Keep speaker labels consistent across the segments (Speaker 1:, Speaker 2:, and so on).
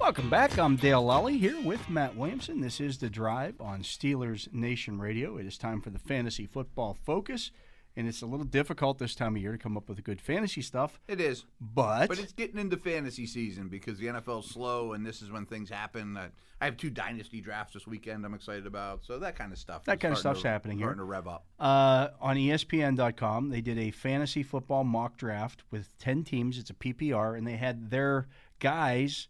Speaker 1: Welcome back. I'm Dale Lally here with Matt Williamson. This is The Drive on Steelers Nation Radio. It is time for the fantasy football focus, and it's a little difficult this time of year to come up with good fantasy stuff,
Speaker 2: It is.
Speaker 1: but,
Speaker 2: But it's getting into fantasy season because the NFL's slow and this is when things happen. I, I have two dynasty drafts this weekend I'm excited about. So that kind of stuff.
Speaker 1: That
Speaker 2: is
Speaker 1: kind of
Speaker 2: starting
Speaker 1: stuff's
Speaker 2: to-
Speaker 1: happening here.
Speaker 2: Starting to rev up.
Speaker 1: uh, on ESPN.com, they did a fantasy football mock draft with 10 teams. It's a PPR, and they had their guys,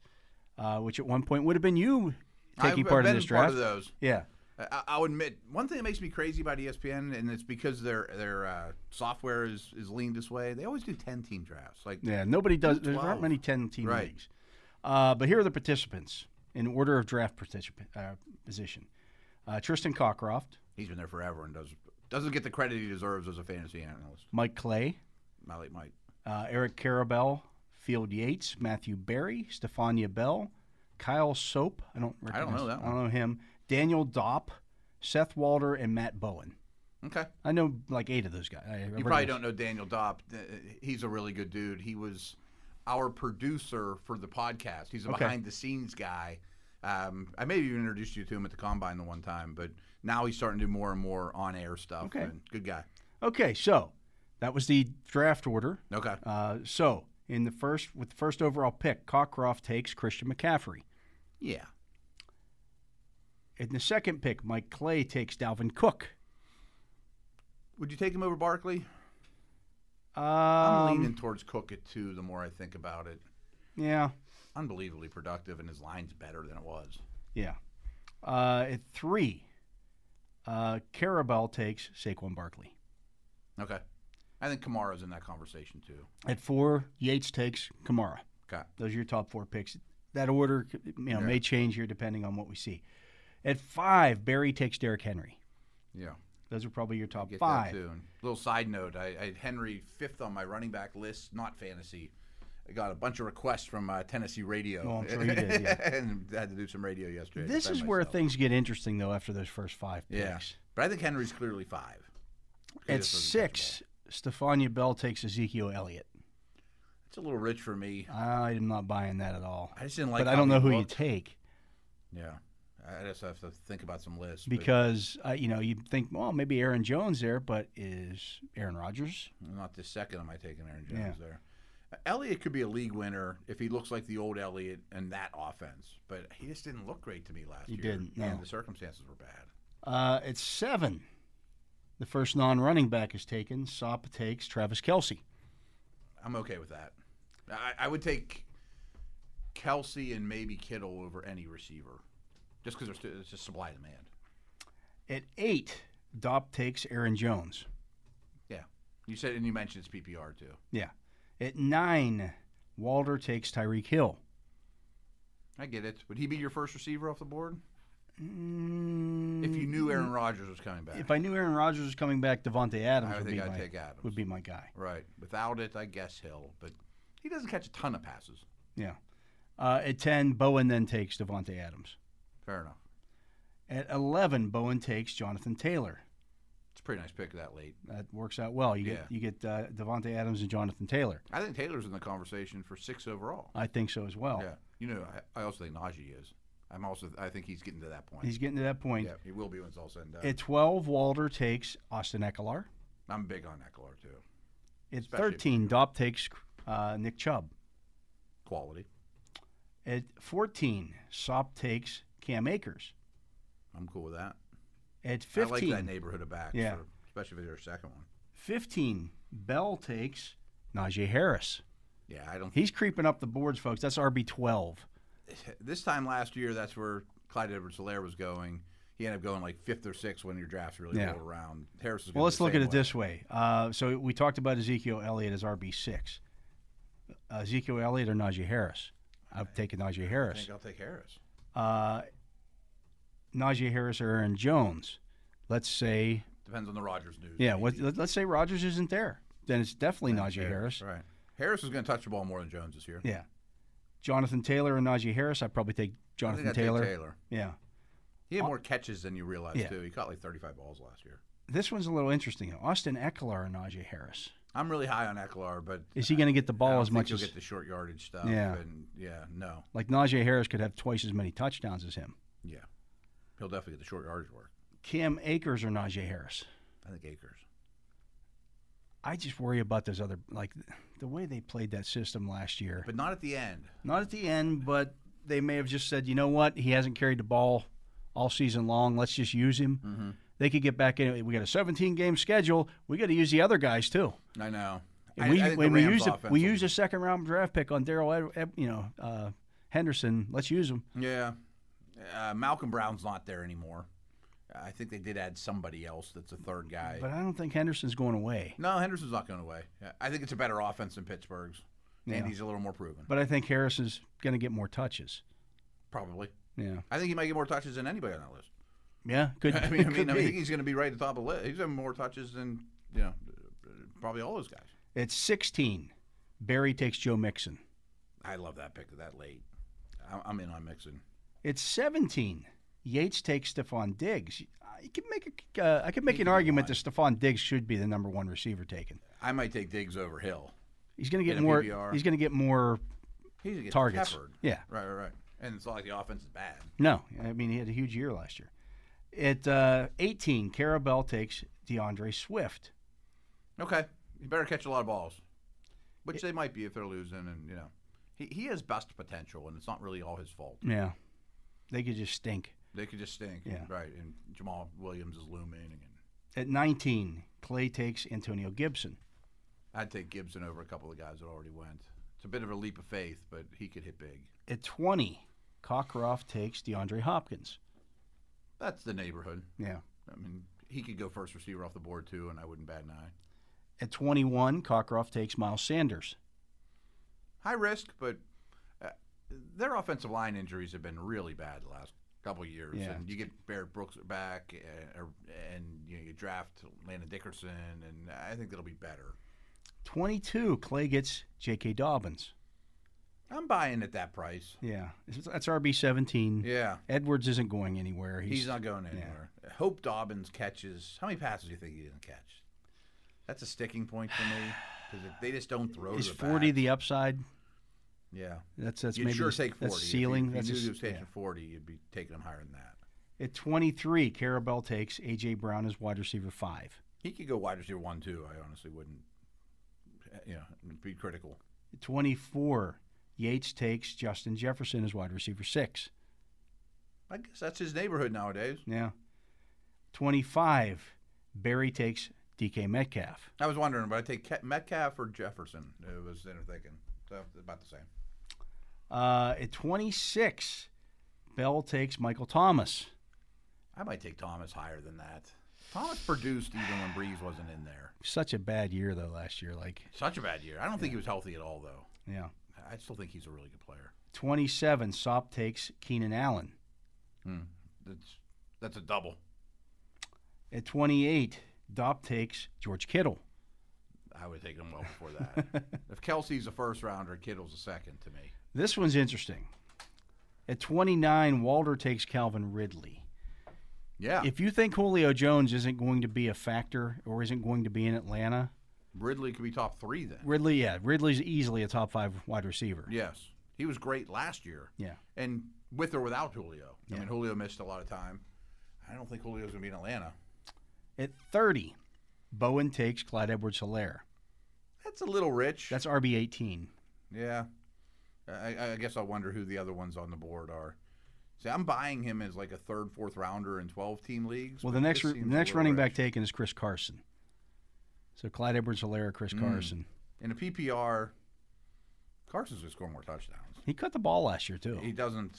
Speaker 1: uh, which at one point would have been you taking
Speaker 2: I've
Speaker 1: part
Speaker 2: been
Speaker 1: in this
Speaker 2: part
Speaker 1: draft.
Speaker 2: of those.
Speaker 1: yeah.
Speaker 2: I, I'll admit one thing that makes me crazy about E ESPN, and it's because their their uh, software is is leaned this way. They always do ten team drafts. Like
Speaker 1: Yeah, nobody does. There aren't
Speaker 2: 12.
Speaker 1: many 10 team
Speaker 2: Right.
Speaker 1: leagues. Uh, but here are the participants in order of draft participant, uh, position uh, Tristan Cockcroft,
Speaker 2: he's been there forever and does doesn't get the credit he deserves as a fantasy analyst.
Speaker 1: Mike Clay,
Speaker 2: My late Mike.
Speaker 1: uh, Eric Carabel, Field Yates, Matthew Berry, Stefania Bell, Kyle Soap. I don't
Speaker 2: I
Speaker 1: recognize
Speaker 2: don't know that
Speaker 1: I don't know him. Daniel Dopp, Seth Walter, and Matt Bowen.
Speaker 2: Okay,
Speaker 1: I know like eight of those guys. I,
Speaker 2: you probably don't know Daniel Dopp. Uh, He's a really good dude. He was our producer for the podcast. He's a
Speaker 1: Okay.
Speaker 2: behind the scenes guy. Um, I maybe even introduced you to him at the combine the one time, but now he's starting to do more and more on air stuff.
Speaker 1: Okay.
Speaker 2: and good guy.
Speaker 1: Okay, so that was the draft order.
Speaker 2: Okay,
Speaker 1: Uh, so in the first with the first overall pick, Cockcroft takes Christian McCaffrey.
Speaker 2: yeah.
Speaker 1: In the second pick, Mike Clay takes Dalvin Cook.
Speaker 2: Would you take him over Barkley?
Speaker 1: Um,
Speaker 2: I'm leaning towards Cook at two. The more I think about it,
Speaker 1: Yeah,
Speaker 2: unbelievably productive, and his line's better than it was.
Speaker 1: yeah. Uh, at three, uh, Carabel takes Saquon Barkley.
Speaker 2: Okay, I think Kamara's in that conversation too.
Speaker 1: At four, Yates takes Kamara.
Speaker 2: Okay,
Speaker 1: Those are your top four picks. That order, you know, may change here depending on what we see. At five, Barry takes Derrick Henry.
Speaker 2: yeah,
Speaker 1: Those are probably your top
Speaker 2: get
Speaker 1: five.
Speaker 2: that too. And little side note: I, I had Henry fifth on my running back list, not fantasy. I got a bunch of requests from uh, Tennessee radio,
Speaker 1: Oh, I'm sure you did, yeah.
Speaker 2: and I had to do some radio yesterday. to
Speaker 1: This
Speaker 2: defend
Speaker 1: is where
Speaker 2: myself.
Speaker 1: things get interesting, though, after those first five picks.
Speaker 2: Yeah. But I think Henry's clearly five. He
Speaker 1: At
Speaker 2: just wasn't catchable.
Speaker 1: six, Stefania Bell takes Ezekiel Elliott.
Speaker 2: it's a little rich for me.
Speaker 1: I am not buying that at all.
Speaker 2: I just didn't like.
Speaker 1: but I
Speaker 2: how
Speaker 1: don't
Speaker 2: he
Speaker 1: know who you
Speaker 2: looked.
Speaker 1: take
Speaker 2: Yeah, I I just have to think about some lists but
Speaker 1: because uh, you know you think, well, maybe Aaron Jones there, but is Aaron Rodgers?
Speaker 2: not this second am I taking Aaron
Speaker 1: Yeah.
Speaker 2: Jones there. Uh, Elliott could be a league winner if he looks like the old Elliott and that offense, but he just didn't look great to me last
Speaker 1: He
Speaker 2: year.
Speaker 1: didn't, no.
Speaker 2: and the circumstances were bad.
Speaker 1: Uh, it's seven. The first non-running back is taken. Sop takes Travis Kelsey.
Speaker 2: I'm okay with that. I, I would take Kelsey and maybe Kittle over any receiver, just because it's just supply and demand.
Speaker 1: At eight, Dopp takes Aaron Jones.
Speaker 2: Yeah, you said and you mentioned it's PPR too.
Speaker 1: Yeah. At nine, Walder takes Tyreek Hill.
Speaker 2: I get it. Would he be your first receiver off the board
Speaker 1: Mm,
Speaker 2: if you knew Aaron Rodgers was coming back?
Speaker 1: if I knew Aaron Rodgers was coming back, Devontae Adams
Speaker 2: I
Speaker 1: would
Speaker 2: would
Speaker 1: be
Speaker 2: think I'd
Speaker 1: my
Speaker 2: take Adams.
Speaker 1: would be my guy.
Speaker 2: Right. Without it, I guess Hill, but he doesn't catch a ton of passes.
Speaker 1: Yeah. Uh, at 10, Bowen then takes Devonte Adams.
Speaker 2: Fair enough.
Speaker 1: At 11, Bowen takes Jonathan Taylor.
Speaker 2: It's a pretty nice pick that late.
Speaker 1: That works out well. You
Speaker 2: Yeah.
Speaker 1: get, you get uh, Devonte Adams and Jonathan Taylor.
Speaker 2: I think Taylor's in the conversation for six overall.
Speaker 1: I think so as well.
Speaker 2: Yeah. You know, I, I also think Najee is. I'm also. I think he's getting to that point.
Speaker 1: He's getting to that point.
Speaker 2: yeah, he will be when it's all said and done.
Speaker 1: At 12, Walder takes Austin Eckler.
Speaker 2: I'm big on Eckler too.
Speaker 1: At
Speaker 2: Especially if
Speaker 1: 13, Dopp takes uh, Nick Chubb.
Speaker 2: Quality.
Speaker 1: At 14, Sop takes Cam Akers.
Speaker 2: I'm cool with that.
Speaker 1: At
Speaker 2: I
Speaker 1: 15,
Speaker 2: like that neighborhood of backs,
Speaker 1: Yeah.
Speaker 2: for- especially if they're a second one.
Speaker 1: 15 Bell takes Najee Harris.
Speaker 2: Yeah, I don't.
Speaker 1: He's creeping up the boards, folks. That's RB12.
Speaker 2: this time last year, that's where Clyde Edwards-Helaire was going. He ended up going like fifth or sixth when your drafts really
Speaker 1: Yeah.
Speaker 2: rolled around. Harris is. gonna
Speaker 1: Well,
Speaker 2: be
Speaker 1: let's
Speaker 2: the
Speaker 1: look
Speaker 2: same
Speaker 1: at it
Speaker 2: way.
Speaker 1: this way. Uh, so we talked about Ezekiel Elliott as RB six. Uh, Ezekiel Elliott or Najee Harris. I've taken Najee
Speaker 2: I
Speaker 1: Harris.
Speaker 2: think I'll take Harris.
Speaker 1: Uh, Najee Harris or Aaron Jones. Let's say,
Speaker 2: Depends on the Rogers news.
Speaker 1: yeah, what,
Speaker 2: maybe.
Speaker 1: let- let's say Rogers isn't there. Then it's definitely Najee Harris.
Speaker 2: Right. Harris is going to touch the ball more than Jones this year.
Speaker 1: Yeah. Jonathan Taylor or Najee Harris. I'd probably take
Speaker 2: I
Speaker 1: Jonathan
Speaker 2: think I'd take
Speaker 1: Taylor.
Speaker 2: Taylor.
Speaker 1: Yeah.
Speaker 2: He had more catches than you realize
Speaker 1: Yeah.
Speaker 2: too. He caught like 35 balls last year.
Speaker 1: This one's a little interesting. Austin Eckler or Najee Harris.
Speaker 2: I'm really high on Eckler, but
Speaker 1: Is he going to get the
Speaker 2: I
Speaker 1: ball
Speaker 2: don't
Speaker 1: as
Speaker 2: think
Speaker 1: much
Speaker 2: he'll
Speaker 1: as
Speaker 2: get the short yardage stuff.
Speaker 1: Yeah.
Speaker 2: and yeah, no,
Speaker 1: like Najee Harris could have twice as many touchdowns as him?
Speaker 2: yeah, he'll definitely get the short yardage work.
Speaker 1: Cam Akers or Najee Harris?
Speaker 2: I think Akers.
Speaker 1: I just worry about those other like the way they played that system last year.
Speaker 2: but not at the end.
Speaker 1: Not at the end, but they may have just said, you know what, he hasn't carried the ball all season long. Let's just use him. They could get back in. We got a 17 game schedule. We got to use the other guys too.
Speaker 2: I know.
Speaker 1: And
Speaker 2: I-
Speaker 1: we
Speaker 2: I think
Speaker 1: when
Speaker 2: the
Speaker 1: we
Speaker 2: Rams
Speaker 1: use a,
Speaker 2: offense
Speaker 1: we
Speaker 2: will
Speaker 1: use
Speaker 2: be-
Speaker 1: a second round draft pick on Daryl, Ed- Ed- you know, uh, Henderson. Let's use him.
Speaker 2: Yeah, uh, Malcolm Brown's not there anymore. I think they did add somebody else that's a third guy.
Speaker 1: But I don't think Henderson's going away.
Speaker 2: no, Henderson's not going away. I think it's a better offense than Pittsburgh's, and
Speaker 1: Yeah.
Speaker 2: he's a little more proven.
Speaker 1: But I think Harris is going to get more touches.
Speaker 2: Probably,
Speaker 1: Yeah,
Speaker 2: I think he might get more touches than anybody on that list.
Speaker 1: yeah, could,
Speaker 2: I mean, I,
Speaker 1: could
Speaker 2: mean, I
Speaker 1: be.
Speaker 2: think he's going to be right at the top of the list. He's having more touches than you know, probably all those guys.
Speaker 1: It's 16. Barry takes Joe Mixon.
Speaker 2: I love that pick that late. I'm- I'm in on Mixon.
Speaker 1: It's 17. Yates takes Stephon Diggs. I can make a, uh, I can make an argument that Stephon Diggs should be the number one receiver taken.
Speaker 2: I might take Diggs over Hill.
Speaker 1: He's going to get
Speaker 2: In a
Speaker 1: more.
Speaker 2: PPR.
Speaker 1: He's going to get more
Speaker 2: He's going to get
Speaker 1: targets.
Speaker 2: peppered.
Speaker 1: Yeah.
Speaker 2: Right, right, right. And it's not like the offense is bad.
Speaker 1: No, I mean he had a huge year last year. At uh, 18, Carabel takes DeAndre Swift.
Speaker 2: Okay. He better catch a lot of balls, which they might be if they're losing. And, you know, he, he has best potential, and it's not really all his fault.
Speaker 1: Yeah, they could just stink.
Speaker 2: They could just stink.
Speaker 1: Yeah.
Speaker 2: Right. And Jamal Williams is looming. And
Speaker 1: At 19, Clay takes Antonio Gibson.
Speaker 2: I'd take Gibson over a couple of guys that already went. It's a bit of a leap of faith, but he could hit big.
Speaker 1: At 20, Cockcroft takes DeAndre Hopkins.
Speaker 2: That's the neighborhood.
Speaker 1: Yeah.
Speaker 2: I mean, he could go first receiver off the board, too, and I wouldn't bat an eye.
Speaker 1: At 21, Cockcroft takes Miles Sanders.
Speaker 2: High risk, but uh, their offensive line injuries have been really bad the last couple of years.
Speaker 1: Yeah.
Speaker 2: And you get Barrett Brooks back, uh, or- and you, know, you draft Landon Dickerson, and I think that'll be better.
Speaker 1: 22, Clay gets J.K. Dobbins.
Speaker 2: I'm buying at that price.
Speaker 1: Yeah, that's RB 17.
Speaker 2: Yeah.
Speaker 1: Edwards isn't going anywhere. He's,
Speaker 2: He's, not going anywhere. Hope Dobbins catches. How many passes do you think he didn't catch? That's a sticking point for me because they just don't throw. to
Speaker 1: Is
Speaker 2: the
Speaker 1: 40
Speaker 2: backs.
Speaker 1: the upside?
Speaker 2: Yeah.
Speaker 1: That's that's
Speaker 2: You'd
Speaker 1: maybe
Speaker 2: sure
Speaker 1: the-
Speaker 2: take 40.
Speaker 1: that's
Speaker 2: If you-
Speaker 1: ceiling.
Speaker 2: If you,
Speaker 1: that's
Speaker 2: knew
Speaker 1: a-
Speaker 2: he was taking
Speaker 1: yeah.
Speaker 2: 40, you'd be taking him higher than that.
Speaker 1: At 23, Carabel takes A.J. Brown as wide receiver five.
Speaker 2: He could go wide receiver one too. I honestly wouldn't, uh, you know, be critical.
Speaker 1: At 24, Yates takes Justin Jefferson as wide receiver six.
Speaker 2: I guess that's his neighborhood nowadays.
Speaker 1: Yeah. 25, Barry takes D.K. Metcalf.
Speaker 2: I was wondering, but I take Ke- Metcalf or Jefferson. It was inner thinking. So about the same.
Speaker 1: Uh, at 26, Bell takes Michael Thomas.
Speaker 2: I might take Thomas higher than that. Thomas produced even when Breeze wasn't in there.
Speaker 1: Such a bad year though last year. Like,
Speaker 2: Such a bad year. I don't think he was healthy at all though.
Speaker 1: yeah.
Speaker 2: I still think he's a really good player.
Speaker 1: 27, Sop takes Keenan Allen.
Speaker 2: That's that's a double.
Speaker 1: At 28, Dop takes George Kittle.
Speaker 2: I would take him well before that. if Kelsey's a first rounder, Kittle's a second to me.
Speaker 1: This one's interesting. At 29, Walter takes Calvin Ridley.
Speaker 2: Yeah.
Speaker 1: If you think Julio Jones isn't going to be a factor or isn't going to be in Atlanta,
Speaker 2: Ridley could be top three then.
Speaker 1: Ridley, yeah, Ridley's easily a top five wide receiver.
Speaker 2: Yes. He was great last year.
Speaker 1: Yeah.
Speaker 2: And with or without Julio. I mean, Julio missed a lot of time. I don't think Julio's going to be in Atlanta.
Speaker 1: At 30, Bowen takes Clyde Edwards Hilaire.
Speaker 2: That's a little rich.
Speaker 1: That's RB 18.
Speaker 2: yeah. I, I guess I wonder who the other ones on the board are. See, I'm buying him as like a third, fourth rounder in 12 team leagues.
Speaker 1: Well, the
Speaker 2: but
Speaker 1: next
Speaker 2: this
Speaker 1: the
Speaker 2: seems a
Speaker 1: next
Speaker 2: little
Speaker 1: running
Speaker 2: rich.
Speaker 1: back taken is Chris Carson. So Clyde Edwards Hilaire, Chris
Speaker 2: Mm.
Speaker 1: Carson.
Speaker 2: In a PPR, Carson's going to score more touchdowns.
Speaker 1: He cut the ball last year, too.
Speaker 2: He doesn't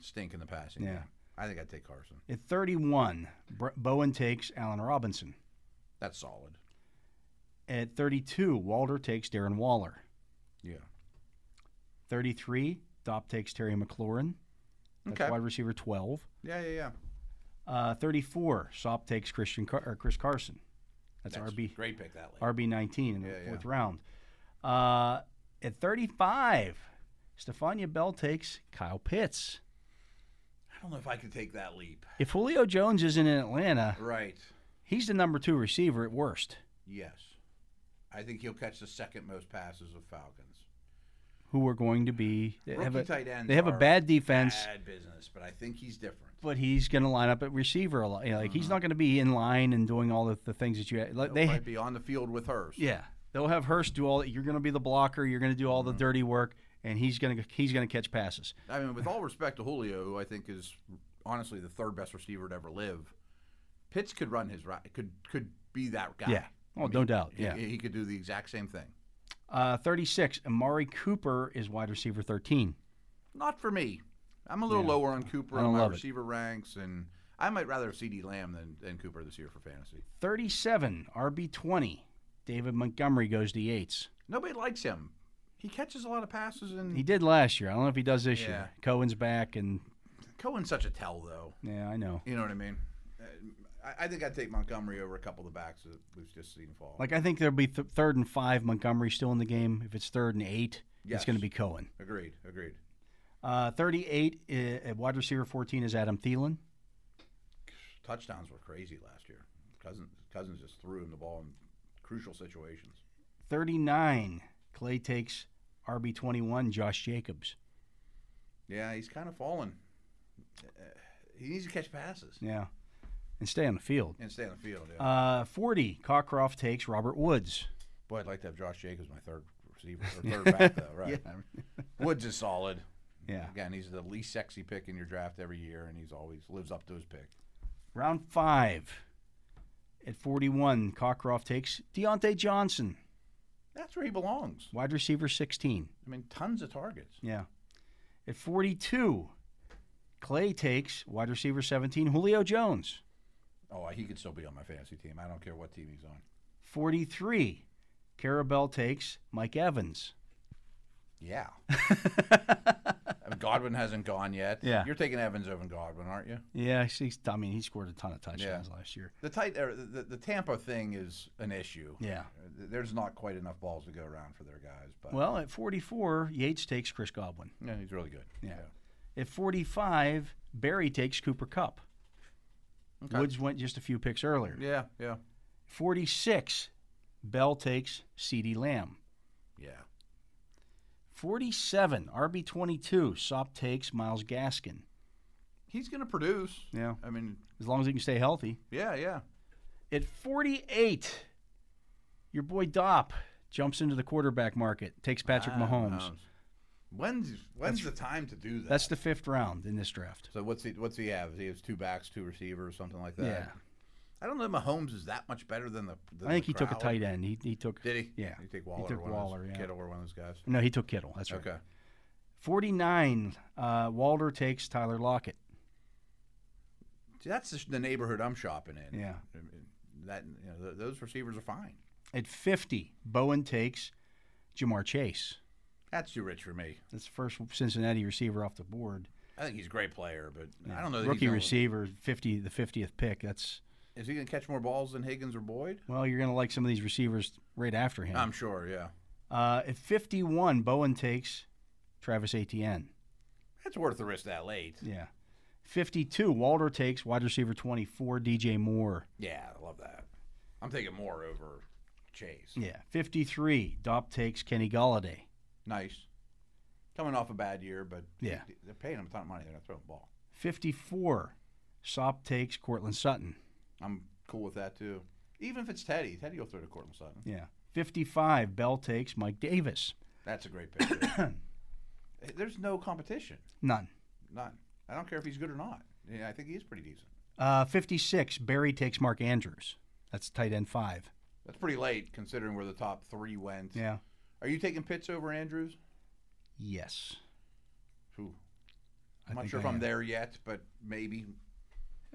Speaker 2: stink in the passing.
Speaker 1: Yeah.
Speaker 2: game. I think I'd take Carson.
Speaker 1: At 31, Br- Bowen takes Allen Robinson.
Speaker 2: That's solid.
Speaker 1: At 32, Walter takes Darren Waller.
Speaker 2: Yeah.
Speaker 1: 33, Dopp takes Terry McLaurin. That's
Speaker 2: Okay.
Speaker 1: wide receiver 12.
Speaker 2: Yeah, yeah, yeah.
Speaker 1: Uh, 34, Sop takes Christian Car- or Chris Carson. That's, RB
Speaker 2: Great pick that late.
Speaker 1: RB 19 in the
Speaker 2: Yeah, yeah.
Speaker 1: fourth round. Uh, at 35, Stefania Bell takes Kyle Pitts.
Speaker 2: I don't know if I could take that leap.
Speaker 1: If Julio Jones isn't in Atlanta,
Speaker 2: Right.
Speaker 1: he's the number two receiver at worst.
Speaker 2: Yes. I think he'll catch the second most passes of Falcons.
Speaker 1: Who are going to be they have
Speaker 2: Rookie
Speaker 1: a,
Speaker 2: tight ends
Speaker 1: they have a
Speaker 2: are
Speaker 1: bad defense,
Speaker 2: Bad business, but I think he's different.
Speaker 1: but he's going to line up at receiver a lot. You know, like
Speaker 2: Mm-hmm.
Speaker 1: he's not going to be in line and doing all of the things that you like,
Speaker 2: He'll
Speaker 1: they
Speaker 2: might be on the field with hers.
Speaker 1: Yeah, they'll have Hurst do all. You're going to be the blocker. You're going to do all the
Speaker 2: Mm-hmm.
Speaker 1: dirty work, and he's going to he's going to catch passes.
Speaker 2: I mean, with all respect to Julio, who I think is honestly the third best receiver to ever live, Pitts could run his right, could could be that guy.
Speaker 1: Yeah. Oh, no doubt.
Speaker 2: He-
Speaker 1: Yeah.
Speaker 2: he, could do the exact same thing.
Speaker 1: Uh, 36. Amari Cooper is wide receiver 13.
Speaker 2: Not for me. I'm a little lower on Cooper
Speaker 1: I don't
Speaker 2: on my
Speaker 1: love it.
Speaker 2: receiver ranks, and I might rather have C.D. Lamb than, than Cooper this year for fantasy.
Speaker 1: 37. RB 20. David Montgomery goes to Yates.
Speaker 2: Nobody likes him. He catches a lot of passes, and
Speaker 1: He did last year. I don't know if he does this
Speaker 2: Yeah.
Speaker 1: year. Cohen's back, and
Speaker 2: Cohen's such a tell, though.
Speaker 1: yeah, I know.
Speaker 2: You know what I mean? Uh, I, I think I'd take Montgomery over a couple of the backs that we've just seen fall.
Speaker 1: Like I think there'll be th- third and five. Montgomery still in the game. If it's third and eight,
Speaker 2: Yes.
Speaker 1: it's going to be Cohen.
Speaker 2: agreed, agreed.
Speaker 1: Uh, 38. i- At wide receiver 14 is Adam Thielen.
Speaker 2: touchdowns were crazy last year. Cousins, Cousins just threw him the ball in crucial situations.
Speaker 1: 39. Clay takes RB 21, Josh Jacobs.
Speaker 2: Yeah, he's kind of fallen. Uh, he needs to catch passes
Speaker 1: Yeah. And stay on the field.
Speaker 2: and stay on the field. Yeah.
Speaker 1: Uh, 40. Cockcroft takes Robert Woods.
Speaker 2: Boy, I'd like to have Josh Jacobs my third receiver or third back though. Right. Woods is solid.
Speaker 1: Yeah.
Speaker 2: Again, he's the least sexy pick in your draft every year, and he's always lives up to his pick.
Speaker 1: Round five. At 41, Cockcroft takes Deontay Johnson,
Speaker 2: That's where he belongs.
Speaker 1: wide receiver 16.
Speaker 2: I mean, tons of targets.
Speaker 1: Yeah. At 42, Clay takes wide receiver 17, Julio Jones.
Speaker 2: Oh, he could still be on my fantasy team. I don't care what team he's on.
Speaker 1: 43, Carabel takes Mike Evans.
Speaker 2: Yeah. Godwin hasn't gone yet.
Speaker 1: Yeah.
Speaker 2: You're taking Evans over Godwin, aren't you?
Speaker 1: Yeah, I see. I mean, he scored a ton of touchdowns last year.
Speaker 2: The tight, or the, the Tampa thing is an issue.
Speaker 1: Yeah.
Speaker 2: There's not quite enough balls to go around for their guys, but
Speaker 1: Well, at 44, Yates takes Chris Godwin.
Speaker 2: yeah, he's really good.
Speaker 1: Yeah. At 45, Barry takes Cooper Cup.
Speaker 2: Okay.
Speaker 1: Woods went just a few picks earlier.
Speaker 2: Yeah, yeah,
Speaker 1: 46, Bell takes C.D. Lamb.
Speaker 2: yeah.
Speaker 1: 47, RB22, Sop takes Miles Gaskin.
Speaker 2: He's going to produce.
Speaker 1: Yeah.
Speaker 2: I mean,
Speaker 1: As long as he can stay healthy.
Speaker 2: yeah, yeah.
Speaker 1: At 48, your boy Dopp jumps into the quarterback market, takes
Speaker 2: Ah,
Speaker 1: Patrick Mahomes.
Speaker 2: When's when's the time to do that?
Speaker 1: That's the fifth round in this draft.
Speaker 2: so what's he what's he have? He has two backs, two receivers, something like that.
Speaker 1: Yeah.
Speaker 2: I don't know. if Mahomes is that much better than the. Than
Speaker 1: I think
Speaker 2: the
Speaker 1: he took a
Speaker 2: crowd.
Speaker 1: tight end. He, he took
Speaker 2: Did he?
Speaker 1: Yeah.
Speaker 2: He take Waller.
Speaker 1: took
Speaker 2: or one
Speaker 1: Waller,
Speaker 2: Of
Speaker 1: yeah.
Speaker 2: those, Kittle or one of those guys.
Speaker 1: No, he took Kittle. That's right.
Speaker 2: Okay.
Speaker 1: 49, uh, Walter takes Tyler Lockett.
Speaker 2: See, that's the, the neighborhood I'm shopping in.
Speaker 1: Yeah.
Speaker 2: I mean, That you know, th- those receivers are fine.
Speaker 1: At 50, Bowen takes Jamar Chase.
Speaker 2: That's too rich for me.
Speaker 1: That's the first Cincinnati receiver off the board.
Speaker 2: I think he's a great player, but I don't know. That
Speaker 1: Rookie
Speaker 2: he's gonna-
Speaker 1: receiver, 50, the 50th pick. That's,
Speaker 2: Is he going to catch more balls than Higgins or Boyd?
Speaker 1: well, you're going to like some of these receivers right after him.
Speaker 2: I'm sure. Yeah,
Speaker 1: Uh, at 51, Bowen takes Travis Etienne.
Speaker 2: that's worth the risk that late.
Speaker 1: Yeah. 52, Walter takes wide receiver 24, DJ Moore.
Speaker 2: Yeah, I love that. I'm taking more over Chase.
Speaker 1: Yeah. 53, Dopp takes Kenny Galladay.
Speaker 2: Nice. Coming off a bad year, but
Speaker 1: Yeah.
Speaker 2: they- they're paying him a ton of money. They're going to throw him the ball.
Speaker 1: 54, Sop takes Cortland Sutton.
Speaker 2: I'm cool with that too. Even if it's Teddy, Teddy will throw to Cortland Sutton.
Speaker 1: Yeah. 55, Bell takes Mike Davis.
Speaker 2: That's a great pick. There's no competition.
Speaker 1: None.
Speaker 2: None. I don't care if he's good or not. Yeah, I think he is pretty decent.
Speaker 1: Uh, 56, Barry takes Mark Andrews. That's tight end five.
Speaker 2: That's pretty late considering where the top three went.
Speaker 1: Yeah.
Speaker 2: Are you taking Pitts over Andrews?
Speaker 1: Yes.
Speaker 2: Ooh,
Speaker 1: I
Speaker 2: I'm not
Speaker 1: think
Speaker 2: sure
Speaker 1: I
Speaker 2: if I'm
Speaker 1: am.
Speaker 2: there yet, but maybe.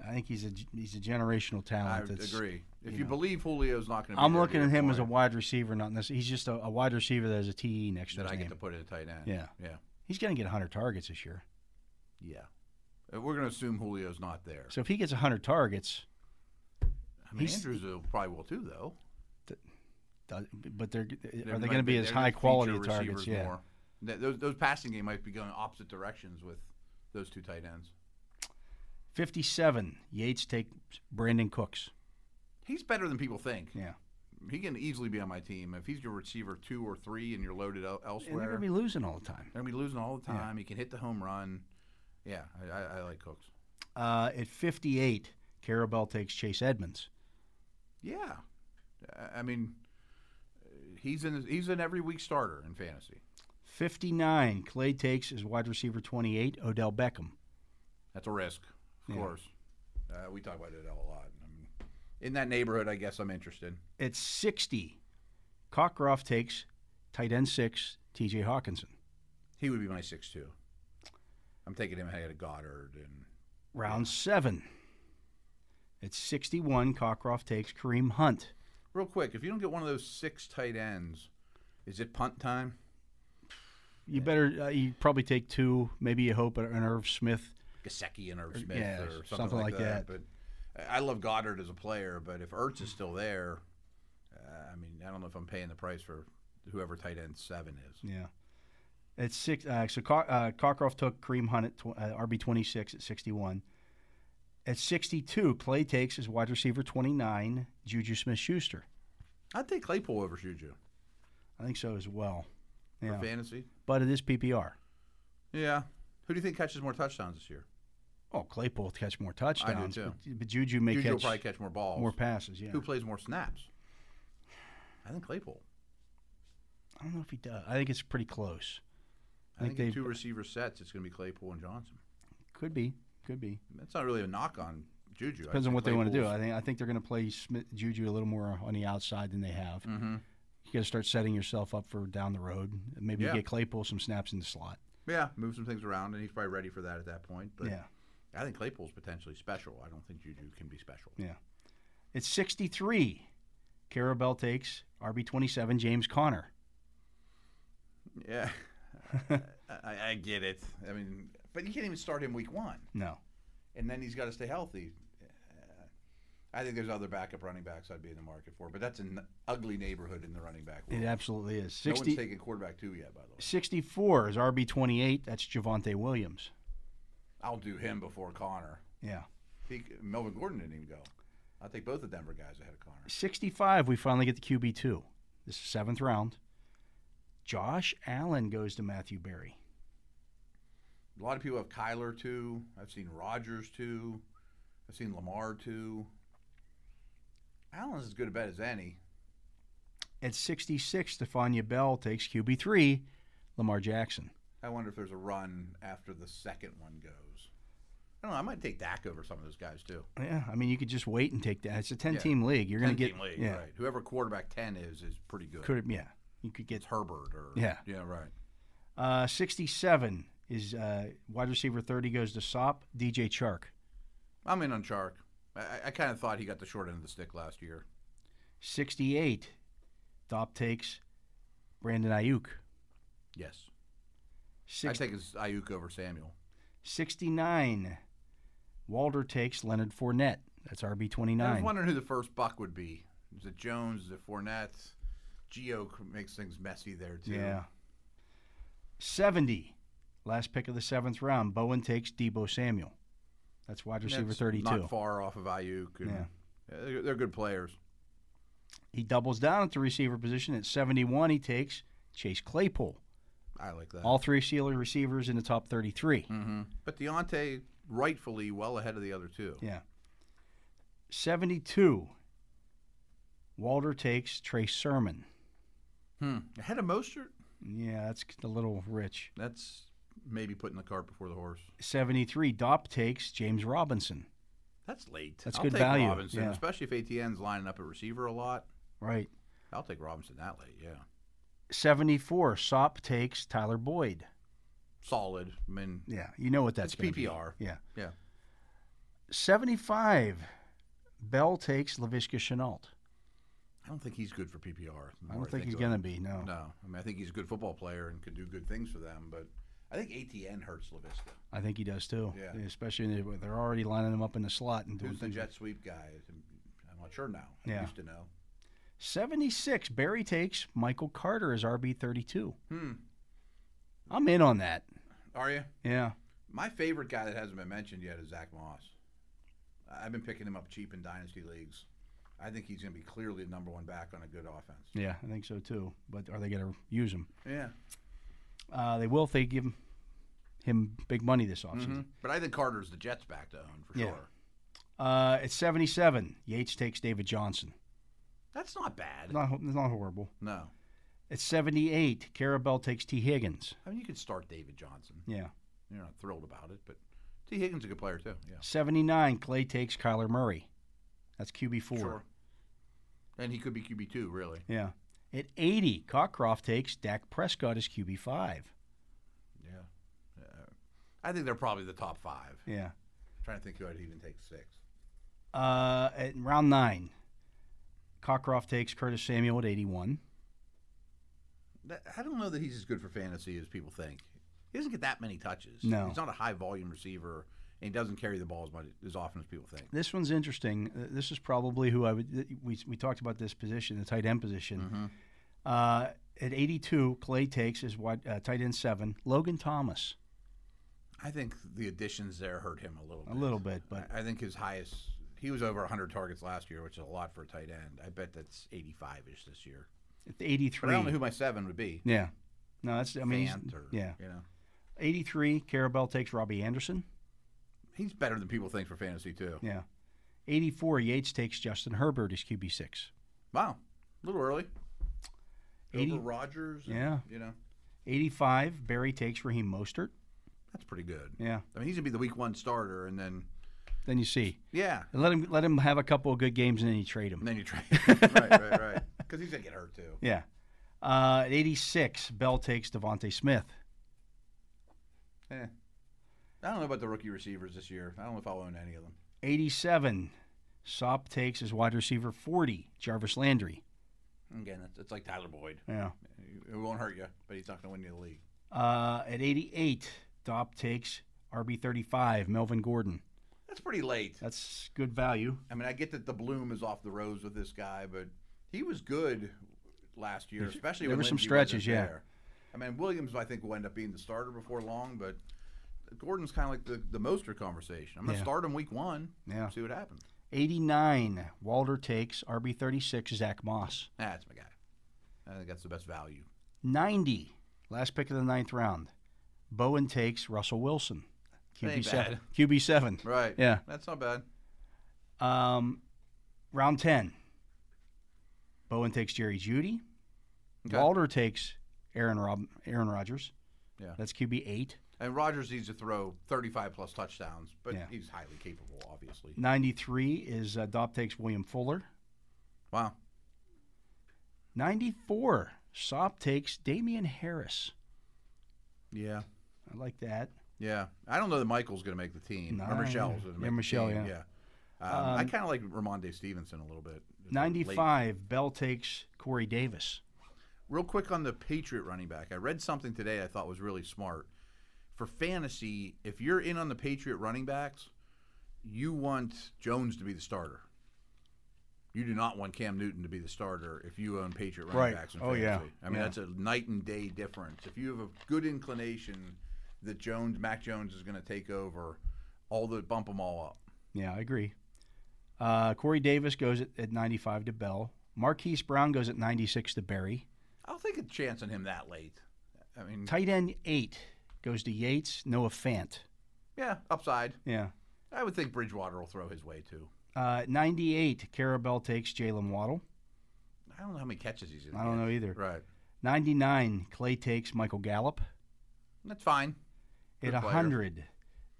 Speaker 1: I think he's a he's a generational
Speaker 2: I
Speaker 1: talent.
Speaker 2: would
Speaker 1: that's
Speaker 2: agree. If you, believe Julio's not going to be
Speaker 1: I'm
Speaker 2: there,
Speaker 1: looking
Speaker 2: you're
Speaker 1: at him as a
Speaker 2: annoyed
Speaker 1: wide receiver, not this. He's just a, a wide receiver that has a TE next to
Speaker 2: that
Speaker 1: his
Speaker 2: I
Speaker 1: name.
Speaker 2: get to put in a tight end.
Speaker 1: Yeah.
Speaker 2: Yeah.
Speaker 1: He's going to get 100 targets this year.
Speaker 2: Yeah. Uh, We're going to assume Julio's not there.
Speaker 1: So if he gets 100 targets,
Speaker 2: I mean,
Speaker 1: he's-
Speaker 2: Andrews will, probably will too, though.
Speaker 1: does- but they're,
Speaker 2: There
Speaker 1: are they
Speaker 2: might
Speaker 1: going to be as
Speaker 2: they're gonna
Speaker 1: high quality
Speaker 2: feature
Speaker 1: targets?
Speaker 2: receivers
Speaker 1: Yeah.
Speaker 2: more. Th- Those, those passing game might be going opposite directions with those two tight ends.
Speaker 1: 57. Yates take Brandon Cooks.
Speaker 2: He's better than people think.
Speaker 1: Yeah.
Speaker 2: He can easily be on my team. If he's your receiver two or three and you're loaded el-
Speaker 1: And they're
Speaker 2: elsewhere,
Speaker 1: going to be losing all the time.
Speaker 2: they're going to be losing all the time. He can hit the home run. Yeah, I, I, I like Cooks.
Speaker 1: Uh, at 58, Carabel takes Chase Edmonds.
Speaker 2: Yeah, I- I mean, uh, he's in he's an every week starter in fantasy.
Speaker 1: 59, Clay takes as wide receiver 28, Odell Beckham.
Speaker 2: That's a risk, of course. Uh, we talk about it a lot. I mean, in that neighborhood, I guess I'm interested.
Speaker 1: At 60, Cockcroft takes tight end 6, TJ Hawkinson.
Speaker 2: He would be my six two. I'm taking him ahead of Goddard and
Speaker 1: Round 7. At 61, Cockcroft takes Kareem Hunt.
Speaker 2: real quick. If you don't get one of those six tight ends, is it punt time?
Speaker 1: You better, uh, you probably take two. Maybe you hope an Irv Smith.
Speaker 2: Gasecki and Irv Smith
Speaker 1: Uh, yeah,
Speaker 2: or something,
Speaker 1: something
Speaker 2: like,
Speaker 1: like
Speaker 2: that. But I I love Goddard as a player, but if Ertz is still there, uh, I mean, I don't know if I'm paying the price for whoever tight end seven is.
Speaker 1: Yeah. At six, uh, so Cock, uh, Cockcroft took Kareem Hunt at tw- uh, RB 26 at 61. At 62, Clay takes his wide receiver 29, Juju Smith Schuster.
Speaker 2: I'd take Claypool over Juju
Speaker 1: I think so as well.
Speaker 2: for
Speaker 1: Yeah.
Speaker 2: fantasy.
Speaker 1: But it is PPR.
Speaker 2: Yeah. Who do you think catches more touchdowns this year?
Speaker 1: Oh, Claypool will catch more touchdowns.
Speaker 2: too.
Speaker 1: But, but Juju may
Speaker 2: Juju will
Speaker 1: catch
Speaker 2: probably catch more balls.
Speaker 1: more passes. Yeah.
Speaker 2: Who plays more snaps? I think Claypool.
Speaker 1: I don't know if he does. I think it's pretty close.
Speaker 2: I think,
Speaker 1: they
Speaker 2: in two receiver sets, it's going to be Claypool and Johnson.
Speaker 1: could be. Could be.
Speaker 2: That's not really a knock on Juju. I
Speaker 1: Depends on
Speaker 2: think
Speaker 1: what they want to do.
Speaker 2: Claypool's-
Speaker 1: I think I think they're going to play Smith, Juju a little more on the outside than they have.
Speaker 2: Mhm.
Speaker 1: You got to start setting yourself up for down the road. Maybe
Speaker 2: Yeah.
Speaker 1: you get Claypool some snaps in the slot.
Speaker 2: Yeah, move some things around, and he's probably ready for that at that point. But
Speaker 1: Yeah.
Speaker 2: I think Claypool's potentially special. I don't think Juju can be special.
Speaker 1: Yeah. It's 63. Carabel takes RB27 James Connor.
Speaker 2: Yeah, I, I get it. I mean, but you can't even start him week one,
Speaker 1: No.
Speaker 2: and then he's got to stay healthy. Uh, I think there's other backup running backs I'd be in the market for, but that's an ugly neighborhood in the running back
Speaker 1: It
Speaker 2: world.
Speaker 1: absolutely is.
Speaker 2: no
Speaker 1: 60,
Speaker 2: one's taking quarterback two yet, by the way.
Speaker 1: 64 is RB28. That's Javante Williams.
Speaker 2: I'll do him before Connor.
Speaker 1: Yeah.
Speaker 2: He, Melvin Gordon didn't even go. I'll take both the Denver guys ahead of Connor.
Speaker 1: 65, we finally get the QB2. This is seventh round. Josh Allen goes to Matthew Berry.
Speaker 2: A lot of people have Kyler too. I've seen Rogers too. I've seen Lamar too. Allen's as good a bet as any.
Speaker 1: At 66, Stefania Bell takes QB3, Lamar Jackson.
Speaker 2: I wonder if there's a run after the second one goes. I don't know. I might take Dak over some of those guys too.
Speaker 1: Yeah, I mean, you could just wait and take that. It's a 10
Speaker 2: Yeah.
Speaker 1: team league. You're going to get.
Speaker 2: Ten-team league,
Speaker 1: yeah.
Speaker 2: right. Whoever quarterback ten is is pretty good.
Speaker 1: Could, yeah. You could get
Speaker 2: it's Herbert or
Speaker 1: Yeah.
Speaker 2: yeah, right.
Speaker 1: Uh, 67 is uh, wide receiver 30 goes to Sop, DJ Chark.
Speaker 2: I'm in on Chark. I, I- I kind of thought he got the short end of the stick last year.
Speaker 1: 68, Dop takes Brandon Ayuk.
Speaker 2: Yes,
Speaker 1: Six-
Speaker 2: I take his Ayuk over Samuel.
Speaker 1: 69, Walder takes Leonard Fournette. That's
Speaker 2: I was
Speaker 1: RB29.
Speaker 2: wondering who the first buck would be. Is it Jones? Is it Fournette? Geo makes things messy there too.
Speaker 1: Yeah. 70, last pick of the seventh round, Bowen takes Debo Samuel. That's wide receiver
Speaker 2: That's
Speaker 1: 32.
Speaker 2: Not far off of Ayuk. and-
Speaker 1: Yeah.
Speaker 2: Yeah, they're, they're good players.
Speaker 1: He doubles down at the receiver position. At 71, he takes Chase Claypool.
Speaker 2: I like that.
Speaker 1: All three Steeler receivers in the top 33.
Speaker 2: hmm But Deontay rightfully well ahead of the other two.
Speaker 1: Yeah. 72. Walter takes Trey Sermon.
Speaker 2: Hmm. Ahead of Mostert?
Speaker 1: Yeah, that's a little rich.
Speaker 2: That's maybe putting the cart before the horse.
Speaker 1: 73. Dopp takes James Robinson.
Speaker 2: That's late.
Speaker 1: That's
Speaker 2: I'll
Speaker 1: good
Speaker 2: take
Speaker 1: value,
Speaker 2: Robinson,
Speaker 1: yeah.
Speaker 2: especially if ATN's lining up at receiver a lot.
Speaker 1: Right.
Speaker 2: I'll take Robinson that late. Yeah.
Speaker 1: 74. Sop takes Tyler Boyd.
Speaker 2: Solid. I mean,
Speaker 1: Yeah, you know what that's
Speaker 2: It's
Speaker 1: gonna be.
Speaker 2: PPR.
Speaker 1: Yeah.
Speaker 2: yeah.
Speaker 1: 75. Bell takes LaVisca Chenault.
Speaker 2: I don't think he's good for PPR. the
Speaker 1: I
Speaker 2: more
Speaker 1: don't think he's
Speaker 2: about
Speaker 1: going to be,
Speaker 2: it.
Speaker 1: no.
Speaker 2: No, I mean I think he's a good football player and could do good things for them, but I think ATN hurts Lavisca.
Speaker 1: I think he does too.
Speaker 2: Yeah.
Speaker 1: Especially in the, they're already lining him up in the slot and doing
Speaker 2: Who's the
Speaker 1: things.
Speaker 2: jet sweep guy? I'm not sure now. I
Speaker 1: Yeah.
Speaker 2: used to know.
Speaker 1: 76, Barry takes Michael Carter as RB32.
Speaker 2: Hmm.
Speaker 1: I'm in on that.
Speaker 2: Are you?
Speaker 1: Yeah.
Speaker 2: My favorite guy that hasn't been mentioned yet is Zach Moss. I've been picking him up cheap in dynasty leagues. I think he's going to be clearly the number one back on a good offense.
Speaker 1: Yeah, I think so too. But are they going to use him?
Speaker 2: Yeah,
Speaker 1: Uh, they will if they give him big money this offseason.
Speaker 2: but I think Carter's the Jets' back to own for
Speaker 1: Yeah.
Speaker 2: sure.
Speaker 1: Uh, at 77, Yates takes David Johnson.
Speaker 2: That's not bad.
Speaker 1: Not, it's not horrible.
Speaker 2: No,
Speaker 1: At 78, Carabel takes T. Higgins.
Speaker 2: I mean you could start David Johnson.
Speaker 1: Yeah.
Speaker 2: You're not thrilled about it, but T. Higgins is a good player too. Yeah,
Speaker 1: 79, Clay takes Kyler Murray. That's QB4.
Speaker 2: And he could be QB two, really.
Speaker 1: Yeah. At 80, Cockcroft takes Dak Prescott as QB5.
Speaker 2: Yeah. Uh, I think they're probably the top five.
Speaker 1: Yeah.
Speaker 2: trying to think who I'd even take six.
Speaker 1: Uh, at round nine, Cockcroft takes Curtis Samuel at 81.
Speaker 2: That- I don't know that he's as good for fantasy as people think. He doesn't get that many touches.
Speaker 1: No.
Speaker 2: He's not a high volume receiver, and he doesn't carry the ball as much as often as people think.
Speaker 1: This one's interesting. Uh, This is probably who I would. th- We, we talked about this position, the tight end position.
Speaker 2: Mm-hmm.
Speaker 1: Uh, at 82, Clay takes his wide, uh, tight end seven, Logan Thomas.
Speaker 2: I think the additions there hurt him a little
Speaker 1: A
Speaker 2: bit.
Speaker 1: little bit, but
Speaker 2: I I think his highest, he was over 100 targets last year, which is a lot for a tight end. I bet that's 85 ish this year.
Speaker 1: at
Speaker 2: But I don't know
Speaker 1: 83.
Speaker 2: who my seven would be.
Speaker 1: Yeah. No, that's, I mean, he's-
Speaker 2: Fant or,
Speaker 1: yeah.
Speaker 2: You know,
Speaker 1: 83, Carabel takes Robbie Anderson.
Speaker 2: he's better than people think for fantasy, too.
Speaker 1: Yeah. 84, Yates takes Justin Herbert as QB6.
Speaker 2: Wow. A little early.
Speaker 1: 80
Speaker 2: Over Rodgers. and,
Speaker 1: Yeah.
Speaker 2: You know,
Speaker 1: 85, Barry takes Raheem Mostert.
Speaker 2: that's pretty good.
Speaker 1: Yeah.
Speaker 2: I mean, he's going to be the week one starter, and then,
Speaker 1: Then you see.
Speaker 2: yeah.
Speaker 1: Let him let him have a couple of good games and then you trade him.
Speaker 2: And then you trade. right, right, right. Because he's gonna get hurt too.
Speaker 1: Yeah. Uh, at 86, Bell takes Devontae Smith.
Speaker 2: Eh. I don't know about the rookie receivers this year. I don't know if I'll own any of them.
Speaker 1: 87, Sop takes his wide receiver 40, Jarvis Landry.
Speaker 2: Again, it's, it's like Tyler Boyd.
Speaker 1: Yeah.
Speaker 2: It won't hurt you, but he's not gonna win you the league.
Speaker 1: Uh, at 88, Dopp takes RB35, Melvin Gordon.
Speaker 2: That's pretty late.
Speaker 1: That's good value.
Speaker 2: I mean, I get that the bloom is off the rose with this guy, but he was good last year, especially
Speaker 1: there
Speaker 2: when
Speaker 1: were some
Speaker 2: Lindsey wasn't
Speaker 1: stretches, yeah.
Speaker 2: there. I mean, Williams, I think, will end up being the starter before long, but Gordon's kind of like the, the Moster conversation. I'm going to
Speaker 1: Yeah.
Speaker 2: start him week one,
Speaker 1: Yeah.
Speaker 2: see what happens.
Speaker 1: 89, Walter takes RB36, Zach Moss.
Speaker 2: That's my guy. I think that's the best value.
Speaker 1: 90, last pick of the ninth round, Bowen takes Russell Wilson.
Speaker 2: That ain't
Speaker 1: QB7.
Speaker 2: bad.
Speaker 1: QB7.
Speaker 2: Right.
Speaker 1: Yeah.
Speaker 2: That's not bad.
Speaker 1: Um, round 10, Bowen takes Jerry Judy.
Speaker 2: Okay.
Speaker 1: Walter takes Aaron Rob- Aaron Rodgers.
Speaker 2: Yeah.
Speaker 1: That's QB8.
Speaker 2: And Rogers needs to throw 35 plus touchdowns, but
Speaker 1: Yeah.
Speaker 2: he's highly capable, obviously.
Speaker 1: 93 is uh, Dopp takes William Fuller.
Speaker 2: Wow.
Speaker 1: 94, Sop takes Damian Harris.
Speaker 2: Yeah.
Speaker 1: I like that.
Speaker 2: Yeah. I don't know that Michael's going to make the team.
Speaker 1: No, I
Speaker 2: or
Speaker 1: don't
Speaker 2: Michelle's
Speaker 1: either.
Speaker 2: going to
Speaker 1: Yeah,
Speaker 2: make
Speaker 1: Michelle,
Speaker 2: the team.
Speaker 1: yeah.
Speaker 2: Yeah. Um, I kind of like Ramonde Stevenson a little bit. Late.
Speaker 1: 95, Bell takes Corey Davis.
Speaker 2: Real quick on the Patriot running back. I read something today I thought was really smart. For fantasy, if you're in on the Patriot running backs, you want Jones to be the starter. You do not want Cam Newton to be the starter if you own Patriot running
Speaker 1: Right.
Speaker 2: backs in
Speaker 1: Oh,
Speaker 2: fantasy.
Speaker 1: yeah.
Speaker 2: I mean,
Speaker 1: Yeah.
Speaker 2: that's a night and day difference. If you have a good inclination that Jones, Mac Jones is going to take over, all the bump them all up.
Speaker 1: Yeah, I agree. Uh, Corey Davis goes at, at 95 to Bell. Marquise Brown goes at 96 to Barry.
Speaker 2: I'll take a chance on him that late. I mean,
Speaker 1: Tight end 8 goes to Yates, Noah Fant.
Speaker 2: yeah, upside.
Speaker 1: Yeah.
Speaker 2: I would think Bridgewater will throw his way too.
Speaker 1: Uh, 98, Carabel takes Jalen Waddle.
Speaker 2: I don't know how many catches he's in.
Speaker 1: I don't know either.
Speaker 2: Right.
Speaker 1: 99, Clay takes Michael Gallup.
Speaker 2: That's fine.
Speaker 1: At
Speaker 2: Good player.
Speaker 1: 100,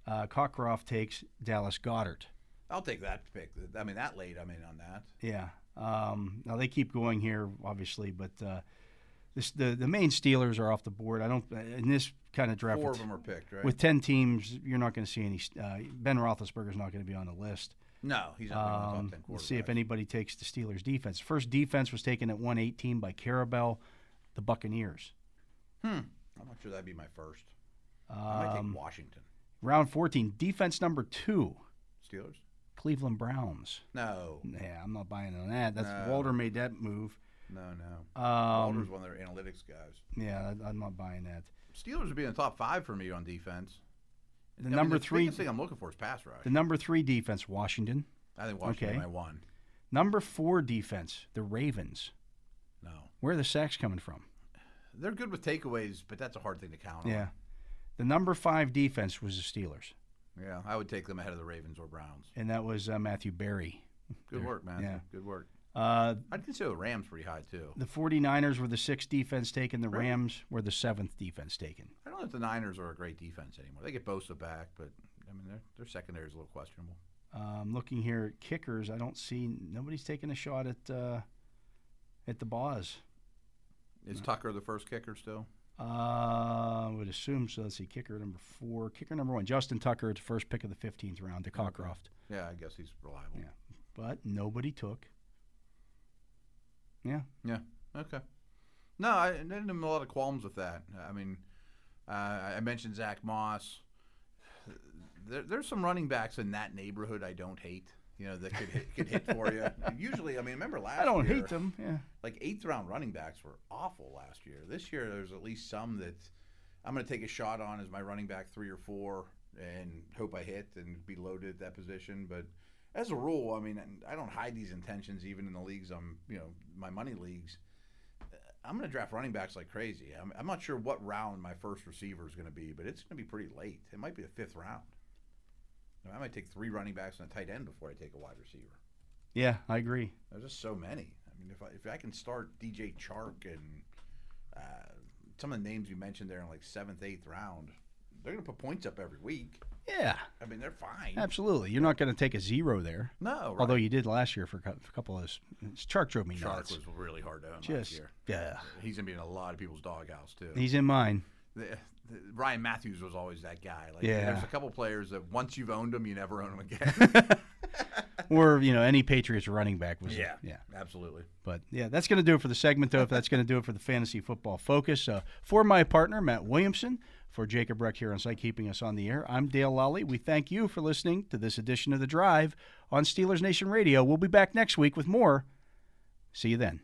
Speaker 1: uh, Cockcroft takes Dallas Goddard.
Speaker 2: I'll take that pick. I mean, that late, I'm in on that.
Speaker 1: Yeah. Um, now they keep going here, obviously, but uh, this, the the main Steelers are off the board. I don't uh, in this kind of draft
Speaker 2: Four of
Speaker 1: with,
Speaker 2: them are picked, right?
Speaker 1: with ten teams, you're not going to see any. Uh, ben Roethlisberger's not going to be on the list.
Speaker 2: No, he's not
Speaker 1: Um,
Speaker 2: one of the top 10
Speaker 1: let's see if
Speaker 2: quarterbacks.
Speaker 1: anybody takes the Steelers defense. First defense was taken at 118 by Carabel, the Buccaneers.
Speaker 2: Hmm. I'm not sure that'd be my first. I might
Speaker 1: Um,
Speaker 2: take Washington.
Speaker 1: Round 14, defense number two,
Speaker 2: Steelers?
Speaker 1: Cleveland Browns.
Speaker 2: No.
Speaker 1: Yeah, I'm not buying on that. That's Walter made that move.
Speaker 2: No, no.
Speaker 1: Um,
Speaker 2: Walter's one of their analytics guys.
Speaker 1: yeah, I- I'm not buying that.
Speaker 2: Steelers would be in the top five for me on defense.
Speaker 1: The
Speaker 2: I mean,
Speaker 1: number
Speaker 2: the
Speaker 1: three,
Speaker 2: biggest thing I'm looking for is pass rush.
Speaker 1: the number three defense, Washington.
Speaker 2: I think Washington
Speaker 1: okay.
Speaker 2: my one.
Speaker 1: Number four defense, the Ravens.
Speaker 2: No,
Speaker 1: Where are the sacks coming from?
Speaker 2: they're good with takeaways, but that's a hard thing to count on.
Speaker 1: Yeah, the number five defense was the Steelers,
Speaker 2: yeah. I would take them ahead of the Ravens or Browns.
Speaker 1: and that was uh, Matthew Berry.
Speaker 2: Good work, man.
Speaker 1: yeah.
Speaker 2: Good work.
Speaker 1: Uh,
Speaker 2: I'd consider the Rams pretty high too.
Speaker 1: The 49ers were the sixth defense taken. The Rams were the seventh defense taken.
Speaker 2: I don't know if the Niners are a great defense anymore. They get Bosa back, but I mean their their secondary is a little questionable.
Speaker 1: Um, looking here at kickers, I don't see nobody's taking a shot at uh, at the Boz.
Speaker 2: Is Tucker the first kicker still?
Speaker 1: Uh, I would assume so. Let's see, kicker number four, kicker number one, Justin Tucker, at the first pick of the 15th round to Cockcroft,
Speaker 2: Yeah, I guess he's reliable.
Speaker 1: Yeah. but nobody took. Yeah,
Speaker 2: Yeah. Okay. No, I I didn't have a lot of qualms with that. I mean, uh, I I mentioned Zach Moss. There, there's some running backs in that neighborhood I don't hate. You know that could hit, could hit for you. Usually, I mean, remember last
Speaker 1: I don't
Speaker 2: year,
Speaker 1: hate them. Yeah,
Speaker 2: Like eighth round running backs were awful last year. This year, there's at least some that I'm going to take a shot on as my running back three or four, and hope I hit and be loaded at that position. But as a rule, I mean, I don't hide these intentions even in the leagues I'm, you know, my money leagues. I'm going to draft running backs like crazy. I'm, I'm not sure what round my first receiver is going to be, but it's going to be pretty late. It might be the fifth round. I might take three running backs and a tight end before I take a wide receiver.
Speaker 1: yeah, I agree.
Speaker 2: There's just so many. I mean, if I, if I can start DJ Chark and uh, some of the names you mentioned there in like seventh, eighth round, they're going to put points up every week.
Speaker 1: Yeah,
Speaker 2: I mean, they're fine.
Speaker 1: absolutely. You're not going to take a zero there,
Speaker 2: No, right.
Speaker 1: although you did last year for a cou- for a couple of. s- Chark drove me
Speaker 2: Chark
Speaker 1: nuts.
Speaker 2: was really hard to own last
Speaker 1: Just
Speaker 2: year.
Speaker 1: yeah.
Speaker 2: He's going to be in a lot of people's doghouse too.
Speaker 1: He's in mine.
Speaker 2: the, the, Ryan Matthews was always that guy. Like,
Speaker 1: Yeah.
Speaker 2: there's a couple players that once you've owned them, you never own them again.
Speaker 1: Or, you know, any Patriots running back was Yeah.
Speaker 2: absolutely.
Speaker 1: But yeah, that's going to do it for the segment, though. If that's going to do it for the fantasy football focus, uh, for my partner Matt Williamson, for Jacob Reck here on site keeping us on the air. I'm Dale Lally. We thank you for listening to this edition of the Drive on Steelers Nation Radio. We'll be back next week with more. See you then.